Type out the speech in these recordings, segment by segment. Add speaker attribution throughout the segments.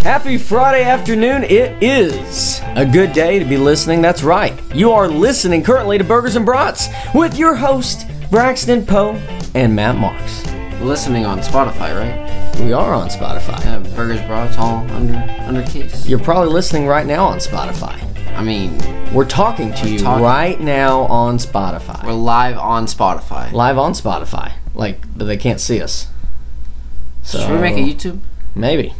Speaker 1: Happy Friday afternoon. It is a good day to be listening. That's right. You are listening currently to Burgers and Brats with your host, Braxton Poe and Matt Marks.
Speaker 2: listening on Spotify, right?
Speaker 1: We are on Spotify.
Speaker 2: Uh, burgers, bra, it's all under under case.
Speaker 1: You're probably listening right now on Spotify.
Speaker 2: I mean,
Speaker 1: We're talking to you
Speaker 2: Talking.
Speaker 1: right now on Spotify.
Speaker 2: we're live on Spotify.
Speaker 1: live on Spotify. Like, but they can't see us. So
Speaker 2: Should we make a YouTube?
Speaker 1: maybe,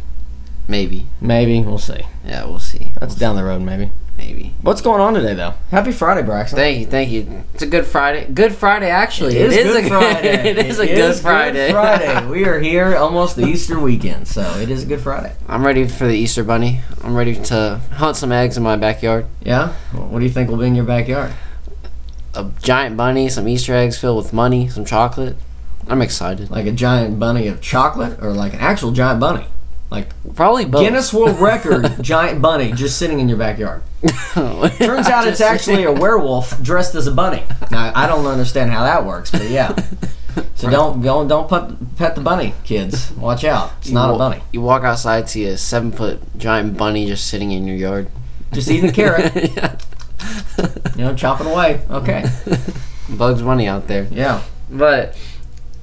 Speaker 2: Maybe.
Speaker 1: maybe we'll see.
Speaker 2: Yeah, we'll see.
Speaker 1: That's down the road, maybe.
Speaker 2: Maybe.
Speaker 1: What's going on today, though? Happy Friday, Braxton.
Speaker 2: Thank you, thank you. It's a good Friday. Good Friday, actually.
Speaker 1: It is,
Speaker 2: a
Speaker 1: Good Friday.
Speaker 2: it is a good Friday.
Speaker 1: Friday. We are here almost the Easter weekend, so it is Good Friday.
Speaker 2: I'm ready for the Easter bunny. I'm ready to hunt some eggs in my backyard.
Speaker 1: Yeah. Well, what do you think will be in your backyard?
Speaker 2: A giant bunny, some Easter eggs filled with money, some chocolate. I'm excited.
Speaker 1: Like a giant bunny of chocolate, or like an actual giant bunny?
Speaker 2: Probably both.
Speaker 1: Guinness World Record giant bunny just sitting in your backyard. Turns out it's actually a werewolf dressed as a bunny. Now I don't understand how that works, but yeah. So don't don't don't put, pet the bunny, kids. Watch out. It's not
Speaker 2: You
Speaker 1: a
Speaker 2: wa-
Speaker 1: bunny.
Speaker 2: You walk outside, see a seven foot giant bunny just sitting in your yard.
Speaker 1: Just eat the carrot.
Speaker 2: Yeah.
Speaker 1: You know, chop it away. Okay.
Speaker 2: Bugs Bunny out there.
Speaker 1: Yeah.
Speaker 2: But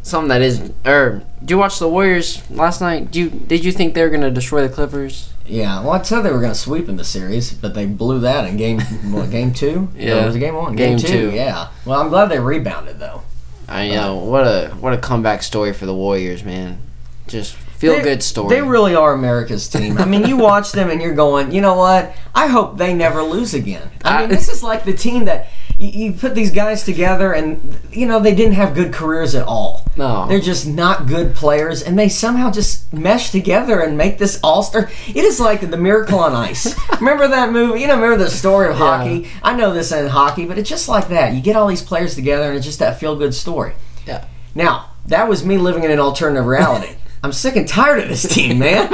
Speaker 2: something that is, or did you watch the Warriors last night? Do you did you think they were gonna destroy the Clippers?
Speaker 1: Yeah, well, I said they were going to sweep in the series, but they blew that in game what, game two.
Speaker 2: Yeah.
Speaker 1: Or was it game one.
Speaker 2: Game two.
Speaker 1: Yeah. Well, I'm glad they rebounded though.
Speaker 2: I know what a what a comeback story for the Warriors, man. Just feel
Speaker 1: They-
Speaker 2: good story.
Speaker 1: They really are America's team. I mean, you watch them and you're going, you know what? I hope they never lose again. I mean,
Speaker 2: I-
Speaker 1: this is like the team that you, you put these guys together, and you know they didn't have good careers at all.
Speaker 2: No.
Speaker 1: they're just not good players, and they somehow just mesh together and make this all star. It is like the Miracle on Ice. remember that movie? You know, remember the story of hockey? I know this ain't hockey, but it's just like that. You get all these players together, and it's just that feel good story.
Speaker 2: yeah.
Speaker 1: Now, that was me living in an alternative reality. I'm sick and tired of this team, man.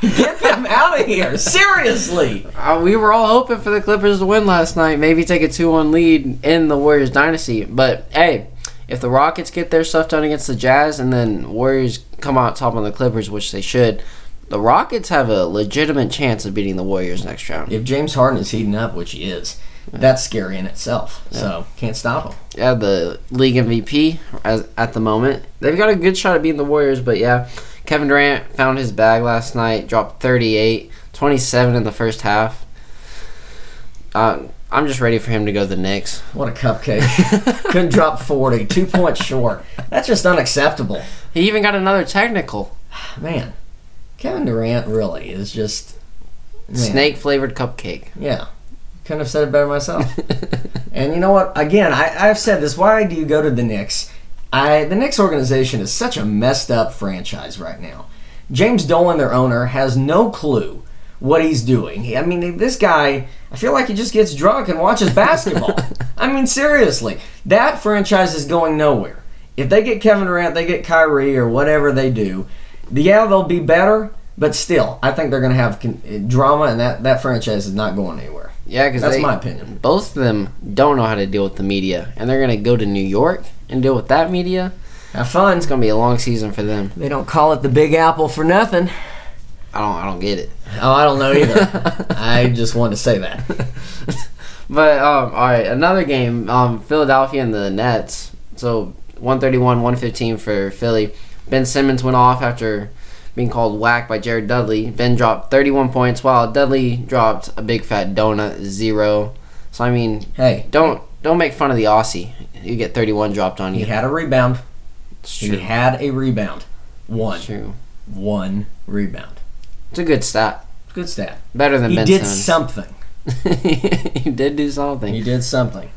Speaker 1: Get them out of here. Seriously.
Speaker 2: Uh, we were all hoping for the Clippers to win last night, maybe take a 2 1 lead in the Warriors dynasty. But hey, if the Rockets get their stuff done against the Jazz and then Warriors come out top on the Clippers, which they should, the Rockets have a legitimate chance of beating the Warriors next round.
Speaker 1: If James Harden is heating up, which he is, that's scary in itself. So, can't stop him.
Speaker 2: Yeah, the league MVP as, at the moment. They've got a good shot at beating the Warriors, but yeah, Kevin Durant found his bag last night, dropped 38, 27 in the first half. Uh, I'm just ready for him to go to the Knicks.
Speaker 1: What a cupcake. Couldn't drop 40, two points short. That's just unacceptable.
Speaker 2: He even got another technical.
Speaker 1: Man, Kevin Durant really is just. man,
Speaker 2: Snake flavored cupcake.
Speaker 1: Yeah. Couldn't have said it better myself. And you know what? Again, I, I've said this. Why do you go to the Knicks? I the Knicks organization is such a messed up franchise right now. James Dolan, their owner, has no clue what he's doing. He- I mean, this guy. I feel like he just gets drunk and watches basketball. I mean, seriously, that franchise is going nowhere. If they get Kevin Durant, they get Kyrie or whatever they do. Yeah, they'll be better, but still, I think they're going to have con- eh, drama, and that that franchise is not going anywhere.
Speaker 2: Yeah, because
Speaker 1: That's my opinion.
Speaker 2: Both of them don't know how to deal with the media, and they're gonna go to New York and deal with that media.
Speaker 1: Have fun.
Speaker 2: It's gonna be a long season for them.
Speaker 1: They don't call it the Big Apple for nothing.
Speaker 2: I don't. I don't get it.
Speaker 1: Oh, I don't know either. I just wanted to say that.
Speaker 2: But um, all right, another game. Um, Philadelphia and the Nets. So 131, 115 for Philly. Ben Simmons went off after being called whack by Jared Dudley. Ben dropped 31 points, while Dudley dropped a big fat donut zero. So I mean,
Speaker 1: Hey,
Speaker 2: don't don't make fun of the Aussie. You get 31 dropped on
Speaker 1: he
Speaker 2: you.
Speaker 1: had a rebound.
Speaker 2: It's
Speaker 1: He
Speaker 2: true.
Speaker 1: had a rebound. One.
Speaker 2: It's true.
Speaker 1: One rebound.
Speaker 2: It's a good stat.
Speaker 1: Good stat.
Speaker 2: Better than
Speaker 1: He
Speaker 2: Ben
Speaker 1: did
Speaker 2: Simmons.
Speaker 1: something.
Speaker 2: you did do something.
Speaker 1: He did something.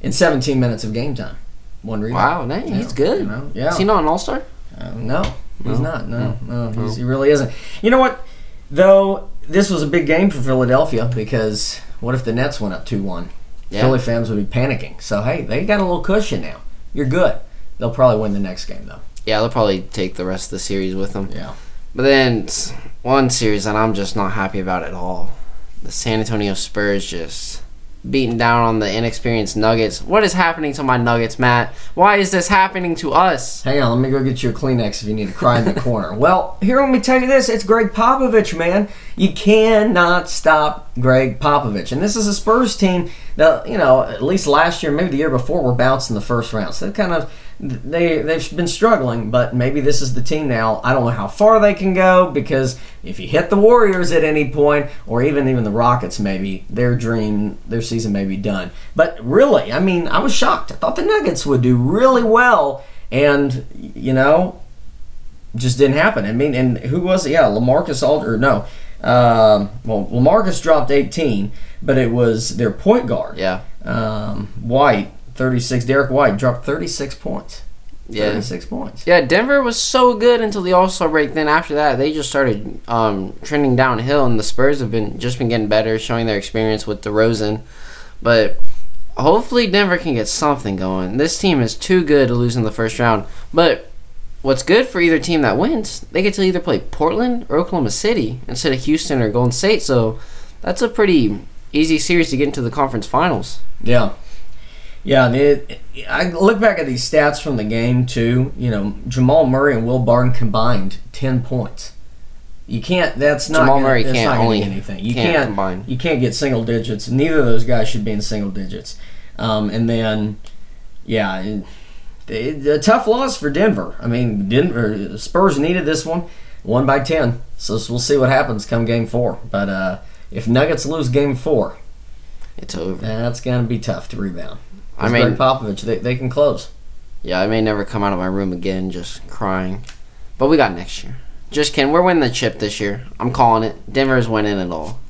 Speaker 1: In 17 minutes of game time. One rebound.
Speaker 2: Wow, dang,
Speaker 1: Yeah,
Speaker 2: he's good.
Speaker 1: you know, yeah.
Speaker 2: Is he not an All Star?
Speaker 1: Uh, no, he's
Speaker 2: Um, No. Hmm.
Speaker 1: not. No, no, he's, he really isn't. You know what? Though this was a big game for Philadelphia because what if the Nets went up two one?
Speaker 2: Yeah.
Speaker 1: Philly fans would be panicking. So hey, they got a little cushion now. You're good. They'll probably win the next game though.
Speaker 2: Yeah, they'll probably take the rest of the series with him.
Speaker 1: Yeah.
Speaker 2: But then it's one series that I'm just not happy about at all. The San Antonio Spurs just beating down on the inexperienced Nuggets. What is happening to my Nuggets, Matt? Why is this happening to us?
Speaker 1: Hang on, let me go get you a Kleenex if you need to cry in the corner. Well, here, let me tell you this it's Greg Popovich, man. You cannot stop Greg Popovich. And this is a Spurs team that, you know, at least last year, maybe the year before, were bouncing the first round. So they've kind of. They they've been struggling, but maybe this is the team now. I don't know how far they can go because if you hit the Warriors at any point, or even even the Rockets, maybe their dream their season may be done. But really, I mean, I was shocked. I thought the Nuggets would do really well, and you know, just didn't happen. I mean, and who was it? Yeah, Lamarcus Alder. No, um, well, Lamarcus dropped 18, but it was their point guard.
Speaker 2: Yeah.
Speaker 1: Um, White, 36. Derek White dropped 36 points.
Speaker 2: Yeah.
Speaker 1: 36 points.
Speaker 2: Yeah, Denver was so good until the All Star break. Then after that, they just started um, trending downhill, and the Spurs have been just been getting better, showing their experience with DeRozan. But hopefully, Denver can get something going. This team is too good to lose in the first round. But what's good for either team that wins, they get to either play Portland or Oklahoma City instead of Houston or Golden State. So that's a pretty easy series to get into the conference finals.
Speaker 1: Yeah. Yeah, and it, I look back at these stats from the game too. You know, Jamal Murray and Will Barton combined ten points. You can't. That's not.
Speaker 2: Jamal
Speaker 1: gonna-
Speaker 2: Murray
Speaker 1: that's
Speaker 2: can't
Speaker 1: not gonna
Speaker 2: only-
Speaker 1: get anything. You
Speaker 2: can't
Speaker 1: can't.
Speaker 2: combine.
Speaker 1: You can't get single digits. Neither of those guys should be in single digits. Um, and then, yeah, it, it- a tough loss for Denver. I mean, Denver Spurs needed this one, one by ten. So we'll see what happens come game four. But uh, if Nuggets lose game four,
Speaker 2: It's over.
Speaker 1: that's gonna be tough to rebound.
Speaker 2: I
Speaker 1: It's
Speaker 2: mean,
Speaker 1: Greg Popovich, they, they can close.
Speaker 2: Yeah, I may never come out of my room again just crying. But we got next year. Just kidding. We're winning the chip this year. I'm calling it. Denver's winning it all.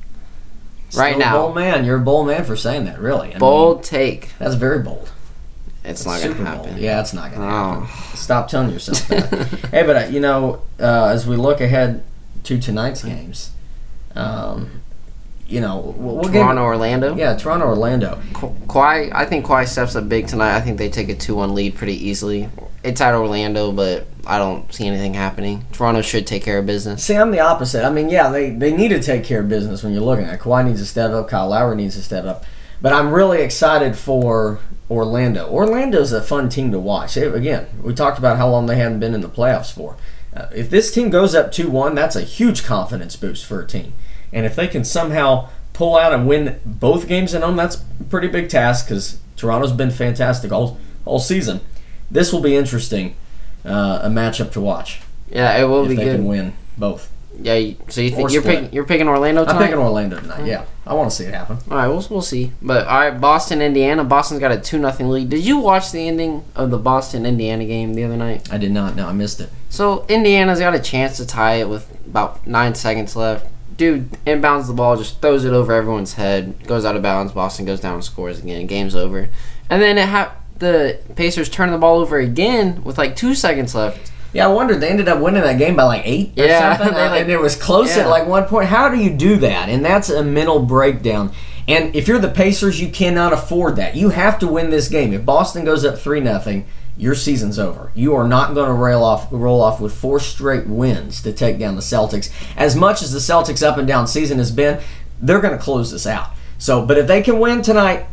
Speaker 2: Right
Speaker 1: Still a
Speaker 2: now.
Speaker 1: bold man. You're a bold man for saying that. Really, I mean,
Speaker 2: Bold take.
Speaker 1: that's very bold.
Speaker 2: It's not going to
Speaker 1: Super bold.
Speaker 2: happen.
Speaker 1: Yeah, it's not gonna
Speaker 2: Oh.
Speaker 1: happen. Stop telling yourself that. hey, but uh, you know, uh, as we look ahead to tonight's games, um, you know, we'll, we'll
Speaker 2: Toronto, Orlando.
Speaker 1: Game, yeah, Toronto, Orlando.
Speaker 2: Kawhi- Kawhi, I think Kawhi steps up big tonight. I think they take a 2 1 lead pretty easily. It's at Orlando, but I don't see anything happening. Toronto should take care of business.
Speaker 1: See, I'm the opposite. I mean, yeah, they, they need to take care of business when you're looking at it. Kawhi needs to step up. Kyle Lowry needs to step up. But I'm really excited for Orlando. Orlando's a fun team to watch. It- again, we talked about how long they haven't been in the playoffs for. Uh, if this team goes up 2 1, that's a huge confidence boost for a team. And if they can somehow pull out and win both games at home, that's a pretty big task because Toronto's been fantastic all, all season. This will be interesting, uh, a matchup to watch
Speaker 2: Yeah, it will
Speaker 1: if
Speaker 2: be
Speaker 1: they can
Speaker 2: good.
Speaker 1: win both.
Speaker 2: Yeah, you- so you
Speaker 1: Or
Speaker 2: think you're,
Speaker 1: split.
Speaker 2: pick, you're picking Orlando
Speaker 1: I'm
Speaker 2: tonight?
Speaker 1: picking Orlando tonight. Yeah, I want to see it happen.
Speaker 2: All right, we'll, we'll see. But all right, Boston, Indiana. Boston's got a two nothing lead. Did you watch the ending of the Boston Indiana game the other night?
Speaker 1: I did not know. I missed it.
Speaker 2: So Indiana's got a chance to tie it with about nine seconds left. Dude inbounds the ball, just throws it over everyone's head, goes out of bounds. Boston goes down and scores again. Game's over. And then it ha- the Pacers turn the ball over again with like two seconds left.
Speaker 1: Yeah, I wondered. They ended up winning that game by like eight or
Speaker 2: Yeah,
Speaker 1: something,
Speaker 2: they
Speaker 1: and-
Speaker 2: like-
Speaker 1: and it was close at
Speaker 2: yeah.
Speaker 1: like one point. How do you do that? And that's a mental breakdown. And if you're the Pacers, you cannot afford that. You have to win this game. If Boston goes up three nothing, your season's over. You are not going to rail off, roll off with four straight wins to take down the Celtics. As much as the Celtics' up and down season has been, they're going to close this out. So, but if they can win tonight,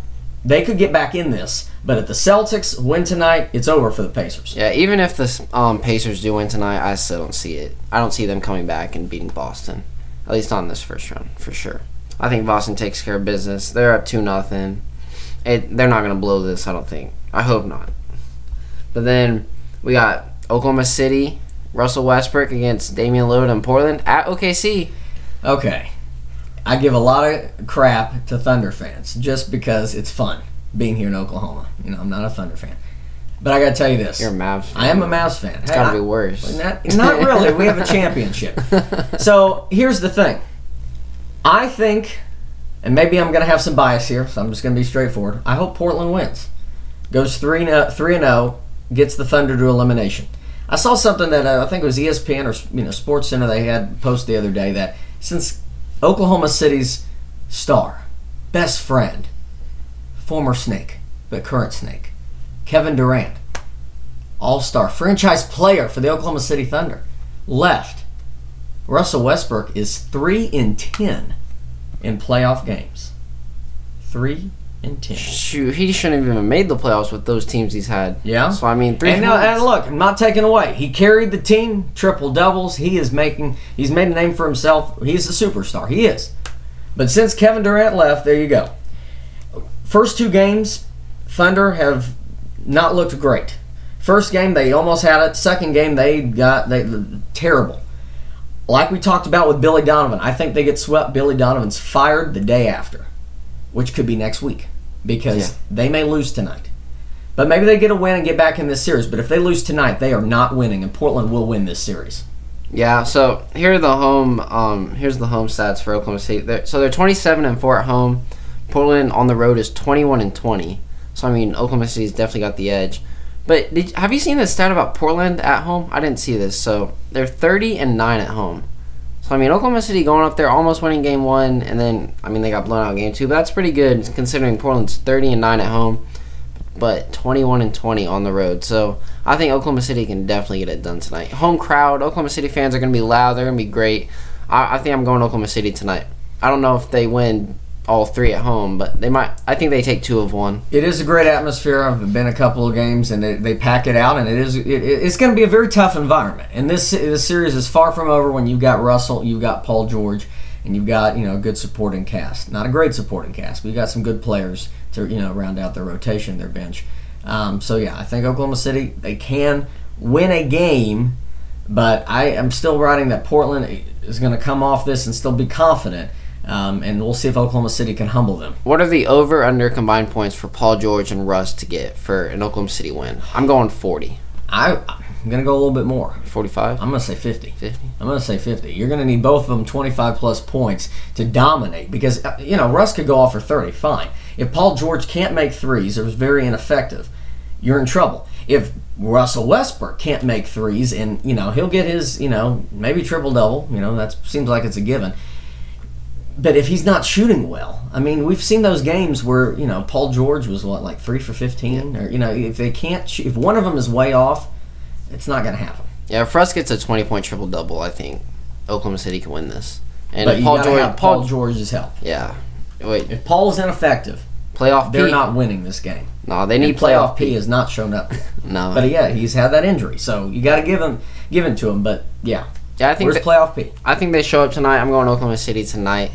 Speaker 1: they could get back in this. But if the Celtics win tonight, it's over for the Pacers.
Speaker 2: Yeah, even if the um, Pacers do win tonight, I still don't see it. I don't see them coming back and beating Boston. At least not in this first round, for sure. I think Boston takes care of business. They're up two nothing. It they're not gonna blow this, I don't think. I hope not. But then we got Oklahoma City, Russell Westbrook against Damian Lillard in Portland at OKC.
Speaker 1: Okay. I give a lot of crap to Thunder fans just because it's fun being here in Oklahoma. You know, I'm not a Thunder fan. But I got to tell you this.
Speaker 2: You're a Mavs. fan.
Speaker 1: I am a Mavs fan.
Speaker 2: It's
Speaker 1: Hey,
Speaker 2: gotta
Speaker 1: I-
Speaker 2: be worse.
Speaker 1: not, not really. We have a championship. So here's the thing. I think, and maybe I'm going to have some bias here, so I'm just going to be straightforward. I hope Portland wins, goes three and three and zero, gets the Thunder to elimination. I saw something that uh, I think it was ESPN or you know Sports Center they had post the other day that since Oklahoma City's star, best friend, former Snake but current Snake, Kevin Durant, All Star franchise player for the Oklahoma City Thunder, left. Russell Westbrook is three in ten in playoff games. Three
Speaker 3: and ten.
Speaker 2: Shoot, he shouldn't have even made the playoffs with those teams he's had.
Speaker 1: Yeah.
Speaker 2: So I mean, three.
Speaker 1: And, now,
Speaker 2: points.
Speaker 1: and look, I'm not taking away. He carried the team, triple doubles. He is making. He's made a name for himself. He's a superstar. He is. But since Kevin Durant left, there you go. First two games, Thunder have not looked great. First game they almost had it. Second game they got they terrible. Like we talked about with Billy Donovan, I think they get swept. Billy Donovan's fired the day after, which could be next week because
Speaker 2: Yeah.
Speaker 1: they may lose tonight. But maybe they get a win and get back in this series. But if they lose tonight, they are not winning, and Portland will win this series.
Speaker 2: Yeah, so here are the home um here's the home stats for Oklahoma State. They're, so they're 27 and 4 at home. Portland on the road is 21 and 20. So I mean, Oklahoma State's definitely got the edge. But did, have you seen the stat about Portland at home? I didn't see this. So they're 30 and 9 at home. So I mean, Oklahoma City going up there almost winning game 1 and then I mean, they got blown out in game 2, but that's pretty good considering Portland's 30 and 9 at home. But 21 and 20 on the road. So I think Oklahoma City can definitely get it done tonight. Home crowd, Oklahoma City fans are going to be loud. They're going to be great. I, I think I'm going to Oklahoma City tonight. I don't know if they win all three at home, but they might. I think they take two of one.
Speaker 1: It is a great atmosphere. I've been a couple of games, and they, they pack it out, and it is it, it- it's going to be a very tough environment. And this this series is far from over when you've got Russell, you've got Paul George, and you've got you know a good supporting cast. Not a great supporting cast, but you got some good players to you know round out their rotation, their bench. Um, so yeah, I think Oklahoma City they can win a game, but I am still writing that Portland is going to come off this and still be confident. Um, and we'll see if Oklahoma City can humble them.
Speaker 2: What are the over under combined points for Paul George and Russ to get for an Oklahoma City win? I'm going 40.
Speaker 1: I, I'm going to go a little bit more.
Speaker 2: 45?
Speaker 1: I'm going to say 50.
Speaker 2: 50?
Speaker 1: I'm going to say 50. You're going to need both of them 25 plus points to dominate because, uh, you know, Russ could go off for 30. Fine. If Paul George can't make threes or is very ineffective, you're in trouble. If Russell Westbrook can't make threes and, you know, he'll get his, you know, maybe triple double, you know, that seems like it's a given. But if he's not shooting well, I mean, we've seen those games where, you know, Paul George was what, like three for 15? Or, you know, if they can't, shoot, if one of them is way off, it's not going to happen.
Speaker 2: Yeah, if Russ gets a 20 point triple double, I think Oklahoma City can win this. And
Speaker 1: But
Speaker 2: if
Speaker 1: you
Speaker 2: Paul
Speaker 1: gotta
Speaker 2: George.
Speaker 1: have
Speaker 2: Paul,
Speaker 1: Paul George's help.
Speaker 2: yeah. Wait,
Speaker 1: If Paul's ineffective,
Speaker 2: playoff
Speaker 1: they're
Speaker 2: P?
Speaker 1: not winning this game.
Speaker 2: No, they
Speaker 1: And
Speaker 2: need
Speaker 1: playoff P
Speaker 2: P.
Speaker 1: has not shown up.
Speaker 2: No.
Speaker 1: But yeah, he's had that injury, so you got to give him give it to him. But yeah,
Speaker 2: yeah, I think
Speaker 1: where's
Speaker 2: that-
Speaker 1: playoff P?
Speaker 2: I think they show up tonight. I'm going to Oklahoma City tonight.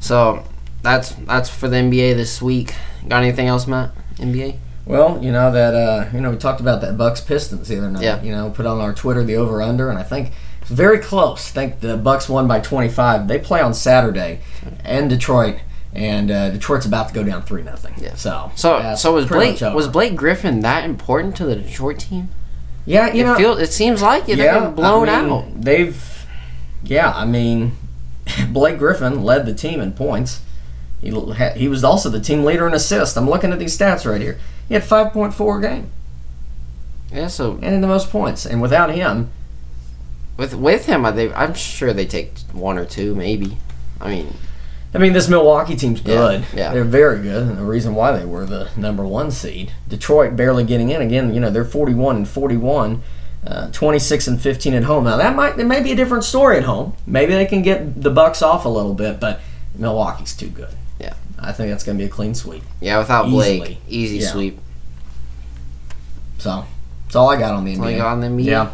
Speaker 2: So that's that's for the NBA this week. Got anything else, Matt? NBA?
Speaker 1: Well, you know that uh, you know we talked about that Bucks Pistons the other night.
Speaker 2: Yeah.
Speaker 1: You know, put on our Twitter the over under, and I think it's very close. I think the Bucks won by 25. They play on Saturday in Detroit, and uh, Detroit's about to go down three nothing.
Speaker 2: Yeah.
Speaker 1: So
Speaker 2: So
Speaker 1: that's
Speaker 2: so was
Speaker 1: pretty
Speaker 2: Blake
Speaker 1: much over.
Speaker 2: was Blake Griffin that important to the Detroit team?
Speaker 1: yeah you
Speaker 2: it
Speaker 1: know
Speaker 2: feels it seems like it. They're getting blown
Speaker 1: I mean,
Speaker 2: out.
Speaker 1: They've, yeah, I mean, Blake Griffin led the team in points. He, l- ha- he was also the team leader in assists. I'm looking at these stats right here. He had 5.4 a game
Speaker 2: Yeah, so
Speaker 1: and the most points. And without him,
Speaker 2: with with him, I they, I'm sure they take one or two, maybe. I mean,
Speaker 1: I mean, this Milwaukee team's
Speaker 2: Yeah,
Speaker 1: good.
Speaker 2: yeah.
Speaker 1: They're very good, and the reason why they were the number one seed. Detroit barely getting in again. You know, they're 41 and 41, uh, 26 and 15 at home. Now that might it may be a different story at home. Maybe they can get the Bucks off a little bit, but Milwaukee's too good.
Speaker 2: Yeah.
Speaker 1: I think that's going to be a clean sweep.
Speaker 2: yeah, without Blake,
Speaker 1: Easily.
Speaker 2: easy
Speaker 1: Yeah.
Speaker 2: sweep.
Speaker 1: So that's all I got on the NBA.
Speaker 2: Like on the media.
Speaker 1: Yeah,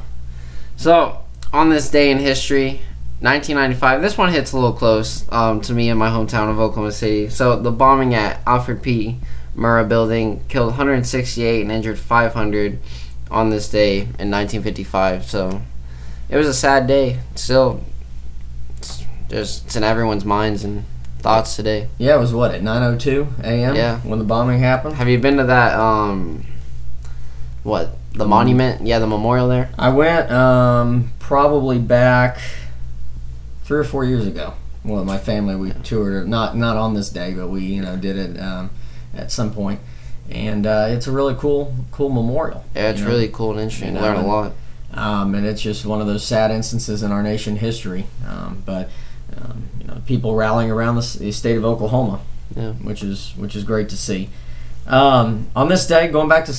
Speaker 2: So, on this day in history, 1995, this one hits a little close um, to me in my hometown of Oklahoma City. So, the bombing at Alfred P. Murrah Building killed 168 and injured 500 on this day in 1955. So, it was a sad day. Still, it's just it's in everyone's minds and thoughts today.
Speaker 1: yeah. It was what at 9:02 a.m.
Speaker 2: Yeah.
Speaker 1: when the bombing happened.
Speaker 2: Have you been to that, um, what, the monument? Yeah, the memorial there?
Speaker 1: I went um, probably back three or four years ago. Well, my family we toured not not on this day, but we you know did it um, at some point, and uh, it's a really cool cool memorial.
Speaker 2: Yeah, it's
Speaker 1: you know?
Speaker 2: really cool and interesting.
Speaker 1: You
Speaker 2: Learn
Speaker 1: know,
Speaker 2: a lot.
Speaker 1: um, and it's just one of those sad instances in our nation history. Um, but um, you know, people rallying around the, s- the state of Oklahoma,
Speaker 2: Yeah.
Speaker 1: which is which is great to see. Um, on this day, going back to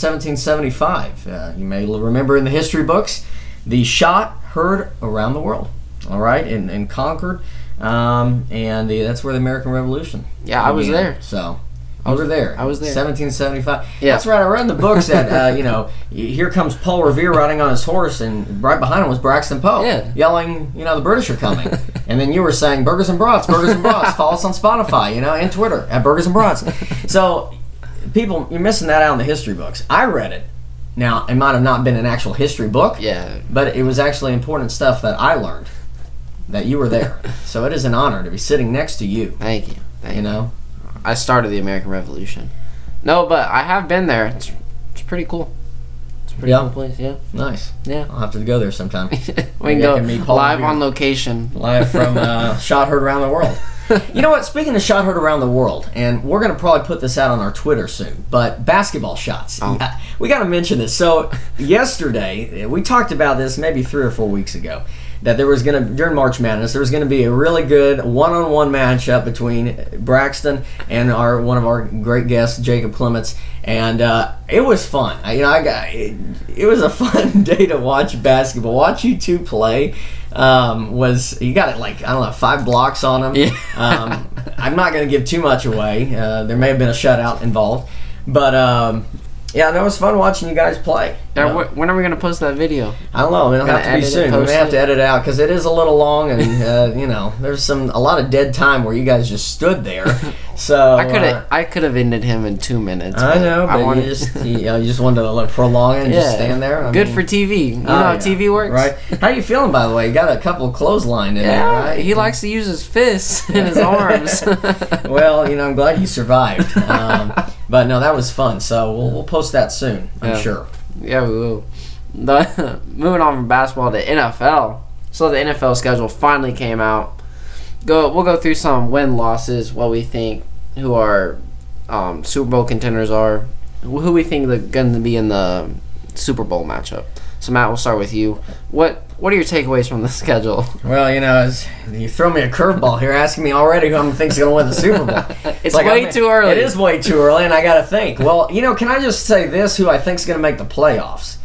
Speaker 1: 1775, uh, you may l- remember in the history books, the shot heard around the world. All right, and, and Concord, um, and the, that's where the American Revolution.
Speaker 2: Yeah, I was
Speaker 1: began.
Speaker 2: there.
Speaker 1: So I was there.
Speaker 2: I was there.
Speaker 1: 1775.
Speaker 2: Yeah.
Speaker 1: That's right. I read in the books that, uh, you know, here comes Paul Revere riding on his horse, and right behind him was Braxton Poe
Speaker 2: Yeah.
Speaker 1: yelling, you know, the British are coming. and then you were saying, Burgers and Brats, Burgers and Brats. Follow us on Spotify, you know, and Twitter at Burgers and Brats. So, people, you're missing that out in the history books. I read it. Now, it might have not been an actual history book,
Speaker 2: Yeah.
Speaker 1: but it was actually important stuff that I learned that you were there. so, it is an honor to be sitting next to you,
Speaker 2: Thank you. Thank
Speaker 1: you
Speaker 2: you.
Speaker 1: know.
Speaker 2: I started the American Revolution. No, but I have been there. It's, it's pretty cool. It's a pretty
Speaker 1: Yeah.
Speaker 2: cool place. Yeah.
Speaker 1: Nice.
Speaker 2: Yeah.
Speaker 1: I'll have to go there sometime.
Speaker 2: we
Speaker 1: I
Speaker 2: can go
Speaker 1: can meet Paul
Speaker 2: live
Speaker 1: Revere.
Speaker 2: on location.
Speaker 1: Live from uh, Shot Heard Around the World. You know what? Speaking of Shot Heard Around the World, and we're going to probably put this out on our Twitter soon, but basketball shots.
Speaker 2: Oh.
Speaker 1: Yeah, we got to mention this. So, yesterday, we talked about this maybe three or four weeks ago. That there was gonna during March Madness, there was gonna be a really good one-on-one matchup between Braxton and our one of our great guests, Jacob Clements, and uh, it was fun. I, you know, I got it, it was a fun day to watch basketball. Watch you two play um, was you got it like I don't know five blocks on him.
Speaker 2: Yeah.
Speaker 1: Um, I'm not going to give too much away. Uh, there may have been a shutout involved, but um, yeah, no, it was fun watching you guys play.
Speaker 2: Yeah,
Speaker 1: Uh,
Speaker 2: wh- when are we gonna post that video?
Speaker 1: I don't know. It'll
Speaker 2: Gonna
Speaker 1: have to be
Speaker 2: edit it,
Speaker 1: soon. We
Speaker 2: post
Speaker 1: may have
Speaker 2: it?
Speaker 1: to edit it out because it is a little long, and uh, you know, there's some a lot of dead time where you guys just stood there. So
Speaker 2: I could have
Speaker 1: uh,
Speaker 2: I could have ended him in two minutes.
Speaker 1: I know, but
Speaker 2: wanted-
Speaker 1: you just you, know, you just wanted to like, prolong it and just stand there. I
Speaker 2: Good
Speaker 1: mean-
Speaker 2: for TV. You know
Speaker 1: Oh,
Speaker 2: how
Speaker 1: yeah.
Speaker 2: TV works,
Speaker 1: right? How you feeling, by the way? You got a couple of clothesline in there,
Speaker 2: Yeah,
Speaker 1: right?
Speaker 2: he likes to use his fists and his arms.
Speaker 1: well, you know, I'm glad you survived. Um, but no, that was fun. So we'll, we'll post that soon, I'm
Speaker 2: Yeah.
Speaker 1: sure.
Speaker 2: yeah, we will. The, moving on from basketball to NFL. So the NFL schedule finally came out. Go. We'll go through some win losses, what we think, who our um, Super Bowl contenders are, wh- who we think they're going to be in the Super Bowl matchup. So Matt, we'll start with you. What What are your takeaways from the schedule?
Speaker 1: Well, you know, it's, you throw me a curveball here, asking me already who I'm think's going to win the Super Bowl.
Speaker 2: It's way
Speaker 1: I'm-
Speaker 2: too early.
Speaker 1: It is way too early, and I got to think. Well, you know, can I just say this? Who I think's going to make the playoffs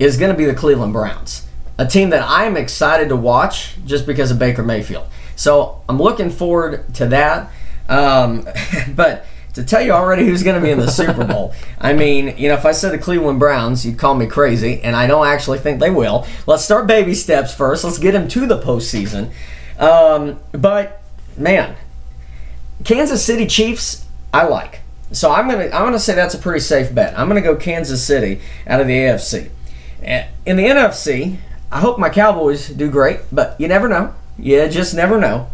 Speaker 1: is going to be the Cleveland Browns, a team that I'm excited to watch just because of Baker Mayfield. So I'm looking forward to that. Um, but to tell you already who's going to be in the Super Bowl, I mean, you know, if I said the Cleveland Browns, you'd call me crazy, and I don't actually think they will. Let's start baby steps first. Let's get them to the postseason. Um, but man, Kansas City Chiefs, I like. So I'm gonna I'm gonna say that's a pretty safe bet. I'm gonna go Kansas City out of the AFC. Eh, In the NFC, I hope my Cowboys do great, but you never know. You just never know.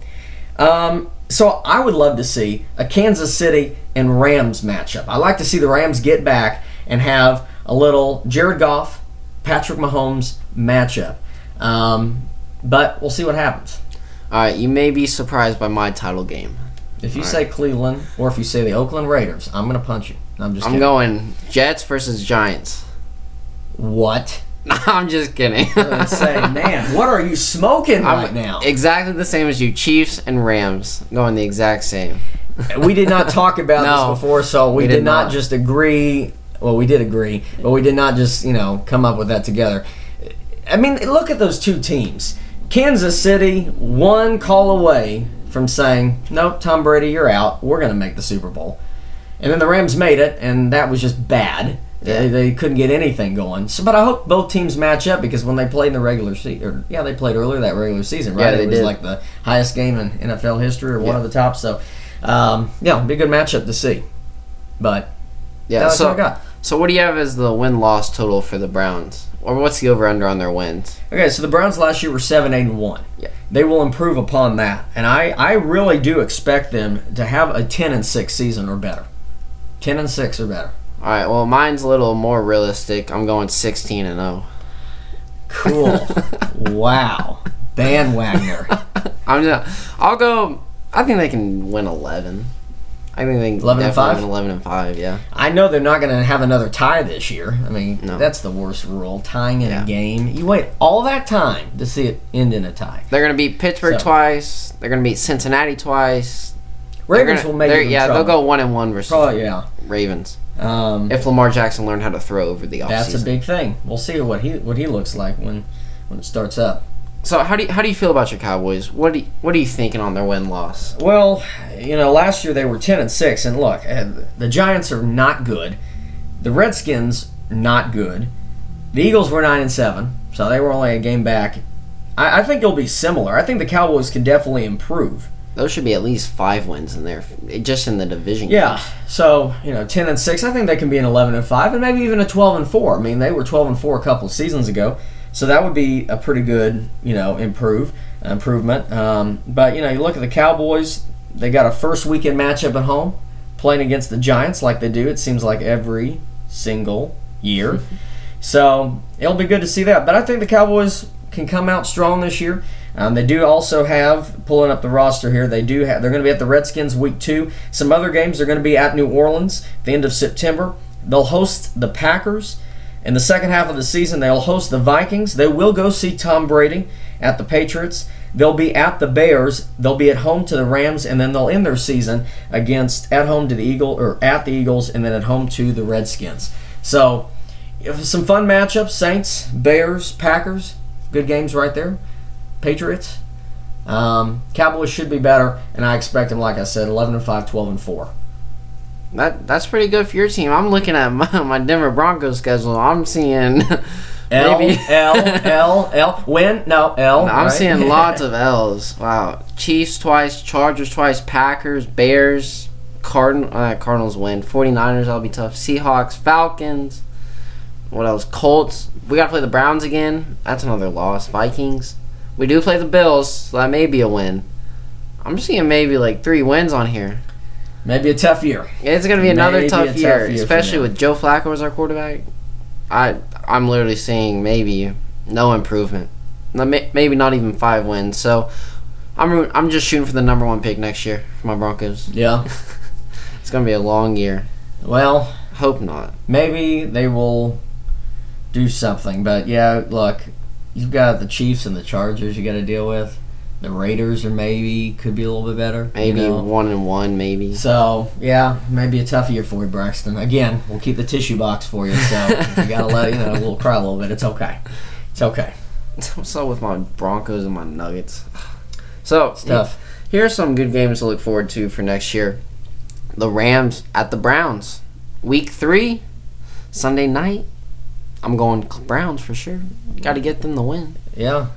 Speaker 1: Um, so I would love to see a Kansas City and Rams matchup. I like to see the Rams get back and have a little Jared Goff, Patrick Mahomes matchup. Um, but we'll see what happens.
Speaker 2: All right, you may be surprised by my title game.
Speaker 1: If you say Cleveland or if you say the Oakland Raiders, I'm gonna punch you. I'm just
Speaker 2: I'm
Speaker 1: kidding.
Speaker 2: going Jets versus Giants.
Speaker 1: what?
Speaker 2: I'm just kidding.
Speaker 1: And say, man, what are you smoking
Speaker 2: I'm
Speaker 1: right now?
Speaker 2: Exactly the same as you. Chiefs and Rams going the exact same.
Speaker 1: we did not talk about
Speaker 2: No,
Speaker 1: this before, so we,
Speaker 2: we
Speaker 1: did,
Speaker 2: did
Speaker 1: not,
Speaker 2: not.
Speaker 1: just agree. Well, we did agree, but we did not just you know come up with that together. I mean, look at those two teams. Kansas City, one call away from saying, "Nope, Tom Brady, you're out. We're going to make the Super Bowl." And then the Rams made it, and that was just bad. They, they couldn't get anything going. So, but I hope both teams match up because when they played in the regular season, or yeah, they played earlier that regular season, right?
Speaker 2: Yeah, they
Speaker 1: it was
Speaker 2: did.
Speaker 1: like the highest game in NFL history, or one
Speaker 2: Yeah.
Speaker 1: of the top. So, um, yeah, it'll be a good matchup to see. But
Speaker 2: Yeah.
Speaker 1: that's
Speaker 2: so,
Speaker 1: what I got.
Speaker 2: so what do you have as the win loss total for the Browns, or what's the over under on their wins?
Speaker 1: Okay, so the Browns last year were seven, eight, and one.
Speaker 2: Yeah.
Speaker 1: They will improve upon that, and I, I really do expect them to have a ten and six season or better. Ten and six or better.
Speaker 2: All right. Well, mine's a little more realistic. I'm going 16 and oh. 0.
Speaker 1: Cool. wow. Bandwagoner.
Speaker 2: I'm just, I'll go. I think they can win 11. I think they
Speaker 1: 11
Speaker 2: can 11
Speaker 1: and
Speaker 2: and
Speaker 1: five?
Speaker 2: 11 and 5. Yeah.
Speaker 1: I know they're not going to have another tie this year. I mean,
Speaker 2: No.
Speaker 1: that's the worst rule. Tying in
Speaker 2: Yeah.
Speaker 1: a game. You wait all that time to see it end in a tie.
Speaker 2: They're gonna beat Pittsburgh
Speaker 1: So-
Speaker 2: twice. They're gonna beat Cincinnati twice. They're
Speaker 1: Ravens
Speaker 2: gonna-
Speaker 1: will make
Speaker 2: they're-
Speaker 1: it.
Speaker 2: Yeah, they'll go one and one versus
Speaker 1: Probably, yeah.
Speaker 2: Ravens.
Speaker 1: Um,
Speaker 2: If Lamar Jackson learned how to throw over the offseason.
Speaker 1: that's a big thing. We'll see what he what he looks like when when it starts up.
Speaker 2: So how do you, how do you feel about your Cowboys? What do you, what are you thinking on their win loss?
Speaker 1: Well, you know, last year they were ten and six, and look, eh, the Giants are not good. The Redskins not good. The Eagles were nine and seven, so they were only a game back. I, I think it'll be similar. I think the Cowboys can definitely improve.
Speaker 2: Those should be at least five wins in there, just in the division.
Speaker 1: Yeah.
Speaker 2: games.
Speaker 1: So you know, ten and six. I think they can be an eleven and five, and maybe even a twelve and four. I mean, they were twelve and four a couple seasons ago, so that would be a pretty good you know improve improvement. Um, but you know, you look at the Cowboys. They got a first weekend matchup at home, playing against the Giants like they do. It seems like every single year. So it'll be good to see that. But I think the Cowboys can come out strong this year. Um, they do also have pulling up the roster here. They do have. They're going to be at the Redskins week two. Some other games are going to be at New Orleans the end of September. They'll host the Packers in the second half of the season. They'll host the Vikings. They will go see Tom Brady at the Patriots. They'll be at the Bears. They'll be at home to the Rams, and then they'll end their season against at home to the Eagle or at the Eagles, and then at home to the Redskins. So some fun matchups: Saints, Bears, Packers. Good games right there. Patriots. Um, Cowboys should be better, and I expect them, like I said, 11 and 5, 12 and 4.
Speaker 2: that that's pretty good for your team. I'm looking at my, my Denver Broncos schedule. I'm seeing
Speaker 1: L,
Speaker 2: maybe
Speaker 1: L, L, L. Win? No, L.
Speaker 2: I'm
Speaker 1: right?
Speaker 2: seeing lots of L's. Wow. Chiefs twice, Chargers twice, Packers, Bears, Cardin- uh, Cardinals win. 49ers, that'll be tough. Seahawks, Falcons. What else? Colts. We got to play the Browns again. That's another loss. Vikings. We do play the Bills, so that may be a win. I'm seeing maybe like three wins on here.
Speaker 1: Maybe a tough year.
Speaker 2: It's going to be another
Speaker 1: Maybe
Speaker 2: tough,
Speaker 1: a tough
Speaker 2: year,
Speaker 1: year for
Speaker 2: especially
Speaker 1: them.
Speaker 2: with Joe Flacco as our quarterback. I I'm literally seeing maybe no improvement, No, may- maybe not even five wins. So I'm root- I'm just shooting for the number one pick next year for my Broncos.
Speaker 1: Yeah.
Speaker 2: It's going to be a long year.
Speaker 1: Well,
Speaker 2: Hope not.
Speaker 1: maybe they will do something. But yeah, look, you've got the Chiefs and the Chargers you got to deal with. The Raiders are maybe could be a little bit better. you
Speaker 2: Maybe
Speaker 1: know.
Speaker 2: one and one. Maybe.
Speaker 1: So yeah, maybe a tough year for you, Braxton. Again, we'll keep the tissue box for you. So if you gotta let you know, we'll cry a little bit. It's okay. It's okay.
Speaker 2: What's up with my Broncos and my Nuggets? So
Speaker 1: It's tough.
Speaker 2: Here are some good games to look forward to for next year. The Rams at the Browns. Week three, Sunday night. I'm going Cl- Browns for sure. Got to get them the win.
Speaker 1: Yeah,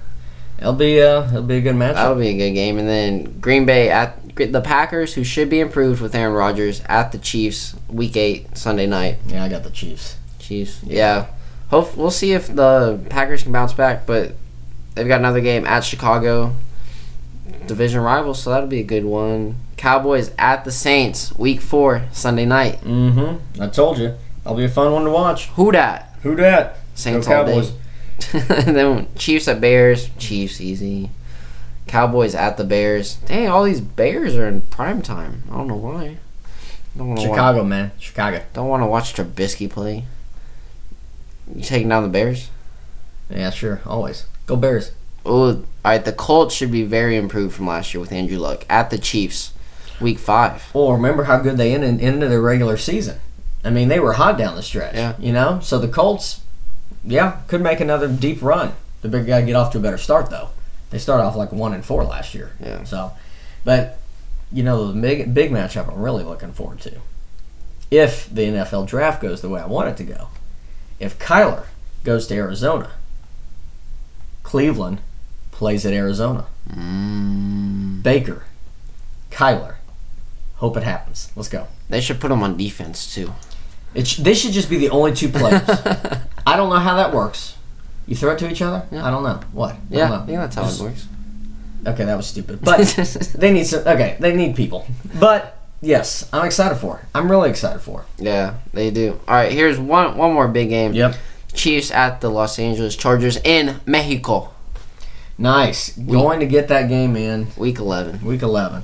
Speaker 1: it'll be uh, it'll be a good matchup.
Speaker 2: That'll be a good game. And then Green Bay at Gr- the Packers, who should be improved with Aaron Rodgers, at the Chiefs. Week eight, Sunday night.
Speaker 1: Yeah, I got the Chiefs.
Speaker 2: Chiefs. Yeah. Hope we'll see if the Packers can bounce back, but they've got another game at Chicago, division rivals, so that'll be a good one. Cowboys at the Saints, Week Four, Sunday night.
Speaker 1: Mm-hmm. I told you, that'll be a fun one to watch.
Speaker 2: Who dat?
Speaker 1: Who dat?
Speaker 2: Saints
Speaker 1: Go
Speaker 2: all
Speaker 1: Cowboys.
Speaker 2: day. and then Chiefs at Bears. Chiefs easy. Cowboys at the Bears. Dang, all these Bears are in prime time. I don't know why. Don't wanna Watch,
Speaker 1: Chicago, man. Chicago.
Speaker 2: don't want to watch Trubisky play. You taking down the Bears?
Speaker 1: Yeah, sure. Always go Bears.
Speaker 2: Oh, all right. The Colts should be very improved from last year with Andrew Luck at the Chiefs, week five.
Speaker 1: Well, remember how good they ended ended their regular season. I mean, they were hot down the stretch.
Speaker 2: Yeah.
Speaker 1: You know, so the Colts, yeah, could make another deep run. The big guy get off to a better start though. They started off like one and four last year.
Speaker 2: Yeah.
Speaker 1: So, but you know, the big big matchup I'm really looking forward to, if the NFL draft goes the way I want it to go, if Kyler goes to Arizona, Cleveland plays at Arizona.
Speaker 2: Mm.
Speaker 1: Baker, Kyler, hope it happens. Let's go.
Speaker 2: They should put them on defense too.
Speaker 1: It sh- they should just be the only two players. I don't know how that works. You throw it to each other?
Speaker 2: Yeah.
Speaker 1: I don't know. What? I
Speaker 2: Yeah, I
Speaker 1: don't know.
Speaker 2: think that's how
Speaker 1: Just-
Speaker 2: it works.
Speaker 1: Okay, that was stupid. But they need some. Okay, they need people. But yes, I'm excited for it. I'm really excited for it.
Speaker 2: yeah, they do. All right, here's one one more big game. Chiefs at the Los Angeles Chargers in Mexico,
Speaker 1: Nice. Going to get that game in
Speaker 2: week eleven.
Speaker 1: week 11.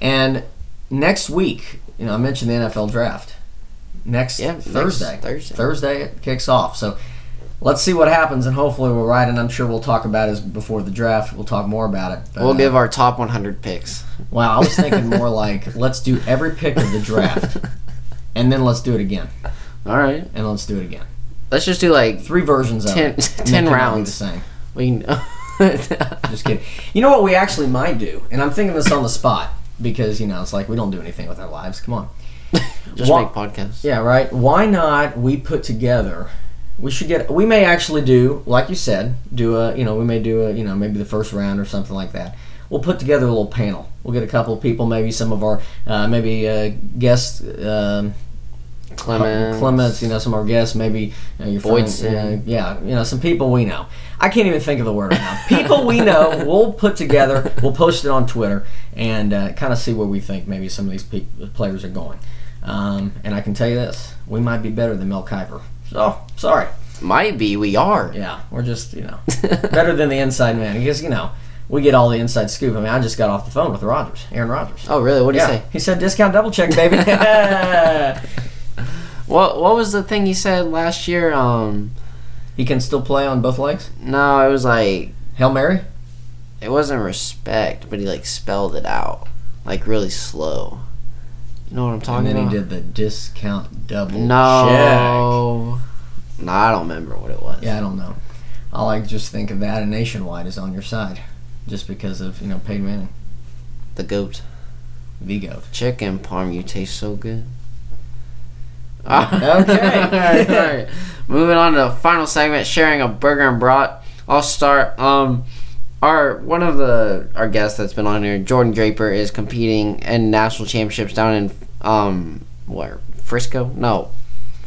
Speaker 1: And next week, you know, I mentioned the NFL draft. Next
Speaker 2: Yeah, next
Speaker 1: Thursday.
Speaker 2: Thursday.
Speaker 1: Thursday it kicks off. So let's see what happens, and hopefully we're right. And I'm sure we'll talk about it as- before the draft. We'll talk more about it. But,
Speaker 2: We'll
Speaker 1: uh,
Speaker 2: give our top 100 picks.
Speaker 1: Wow, I was thinking more like let's do every pick of the draft, and then let's do it again,
Speaker 2: All right,
Speaker 1: and let's do it again.
Speaker 2: let's just do like
Speaker 1: Three versions of
Speaker 2: Ten-
Speaker 1: it. and
Speaker 2: ten
Speaker 1: they cannot be
Speaker 2: rounds.
Speaker 1: The same.
Speaker 2: we. Can,
Speaker 1: Just kidding. You know what we actually might do, and I'm thinking this on the spot because you know it's like we don't do anything with our lives. Come on.
Speaker 2: Just
Speaker 1: Wha-
Speaker 2: make podcasts.
Speaker 1: Yeah, right. Why not we put together? We should get. We may actually do, like you said, do a. You know, we may do a. You know, maybe the first round or something like that. We'll put together a little panel. We'll get a couple of people, maybe some of our, uh, maybe uh, guest um,
Speaker 2: Clemens.
Speaker 1: Clements, you know, some of our guests, maybe you know, your friends,
Speaker 2: Boydson.
Speaker 1: you know, yeah, you know, some people we know. I can't even think of the word right now. People we know, we'll put together, we'll post it on Twitter, and uh, kind of see where we think maybe some of these pe- players are going. Um, and I can tell you this: we might be better than Mel Kiper. So sorry,
Speaker 2: Might be. We are.
Speaker 1: yeah, we're just you know better than the inside man because you know we get all the inside scoop. I mean, I just got off the phone with Rogers, Aaron Rodgers.
Speaker 2: Oh, really? What do
Speaker 1: yeah.
Speaker 2: you say?
Speaker 1: He said discount double check, baby.
Speaker 2: What What was the thing he said last year? Um,
Speaker 1: he can still play on both legs.
Speaker 2: no, it was like
Speaker 1: Hail Mary.
Speaker 2: it wasn't respect, but he like spelled it out like really slow. You know what I'm
Speaker 1: And
Speaker 2: talking
Speaker 1: then
Speaker 2: about?
Speaker 1: he did the discount double
Speaker 2: no. No, I don't remember what it was.
Speaker 1: check. Yeah, I don't know. All I just think of that and Nationwide is on your side, just because of you know Peyton Manning,
Speaker 2: The goat
Speaker 1: Vigo.
Speaker 2: chicken parm. You taste so good.
Speaker 1: Okay.
Speaker 2: all right, all right. Moving on to the final segment, sharing a burger and brat. I'll start. Um, our one of the our guests that's been on here, Jordan Draper, is competing in national championships down in um where Frisco? No,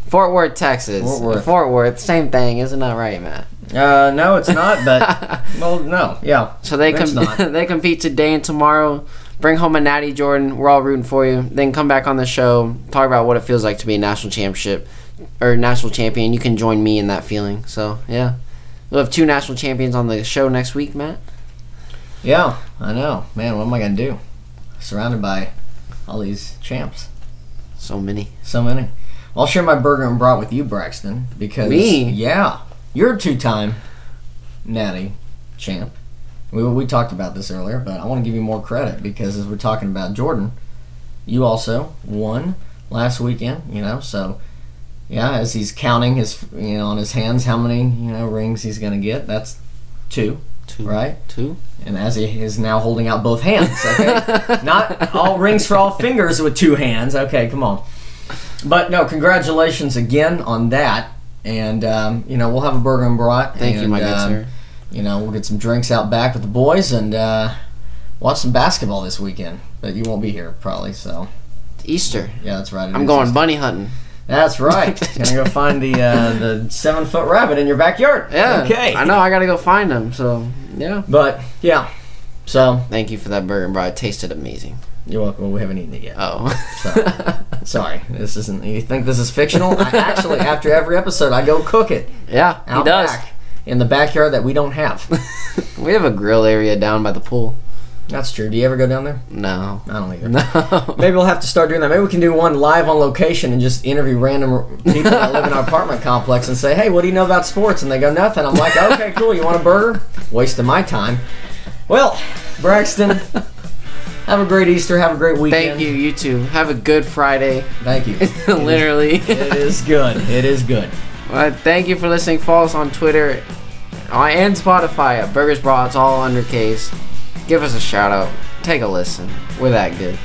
Speaker 2: Fort Worth, Texas.
Speaker 1: Fort Worth.
Speaker 2: Fort Worth, same thing, isn't that right, Matt?
Speaker 1: Uh, no, it's not. But well, no, yeah.
Speaker 2: So they
Speaker 1: That's
Speaker 2: com-
Speaker 1: not.
Speaker 2: they compete today and tomorrow. Bring home a natty, Jordan. We're all rooting for you. Then come back on the show, talk about what it feels like to be a national championship or national champion. You can join me in that feeling. So yeah, we'll have two national champions on the show next week, Matt.
Speaker 1: Yeah, I know, man. What am I gonna do? Surrounded by all these champs,
Speaker 2: So many.
Speaker 1: so many. Well, I'll share my burger and brat with you, Braxton, because
Speaker 2: Me?
Speaker 1: yeah, you're a two-time natty champ. We, we talked about this earlier, but I want to give you more credit because as we're talking about Jordan, you also won last weekend, you know, so yeah, as he's counting his you know on his hands how many, you know, rings he's going to get, that's two,
Speaker 2: Two.
Speaker 1: right?
Speaker 2: Two.
Speaker 1: And as he is now holding out both hands, okay? Not all rings for all fingers with two hands. Okay, come on. But no, congratulations again on that. And um, you know, we'll have a burger and brat.
Speaker 2: Thank you,
Speaker 1: and,
Speaker 2: my good
Speaker 1: um,
Speaker 2: sir.
Speaker 1: you know, we'll get some drinks out back with the boys and uh, watch some basketball this weekend. But you won't be here probably, so
Speaker 2: It's Easter.
Speaker 1: yeah, that's right. it
Speaker 2: I'm
Speaker 1: is
Speaker 2: going
Speaker 1: Easter.
Speaker 2: bunny hunting.
Speaker 1: That's right. Gonna go find the uh, the seven foot rabbit in your backyard.
Speaker 2: Yeah.
Speaker 1: Okay.
Speaker 2: I know. I gotta go find them. So yeah.
Speaker 1: But yeah, so
Speaker 2: Thank you for that burger, bro. It tasted amazing.
Speaker 1: you're welcome. We haven't eaten it yet.
Speaker 2: Oh.
Speaker 1: Sorry, this isn't. You think this is fictional? I actually, after every episode, I go cook it
Speaker 2: yeah. He
Speaker 1: out
Speaker 2: does.
Speaker 1: back in the backyard that we don't have.
Speaker 2: We have a grill area down by the pool.
Speaker 1: That's true. Do you ever go down there?
Speaker 2: No.
Speaker 1: I don't either.
Speaker 2: No.
Speaker 1: Maybe we'll have to start doing that. Maybe we can do one live on location and just interview random people that live in our apartment complex and say, "Hey, what do you know about sports?" And they go, "Nothing." I'm like, "Okay, cool. You want a burger?" Wasting my time. Well, Braxton, have a great Easter. Have a great weekend.
Speaker 2: Thank you, you two. Have a good Friday.
Speaker 1: Thank you.
Speaker 2: Literally.
Speaker 1: It is good. It is good.
Speaker 2: Well, thank you for listening. Follow us on Twitter uh, and Spotify at Burgers Bra. It's all under case. Give us a shout out. Take a listen. We're that good.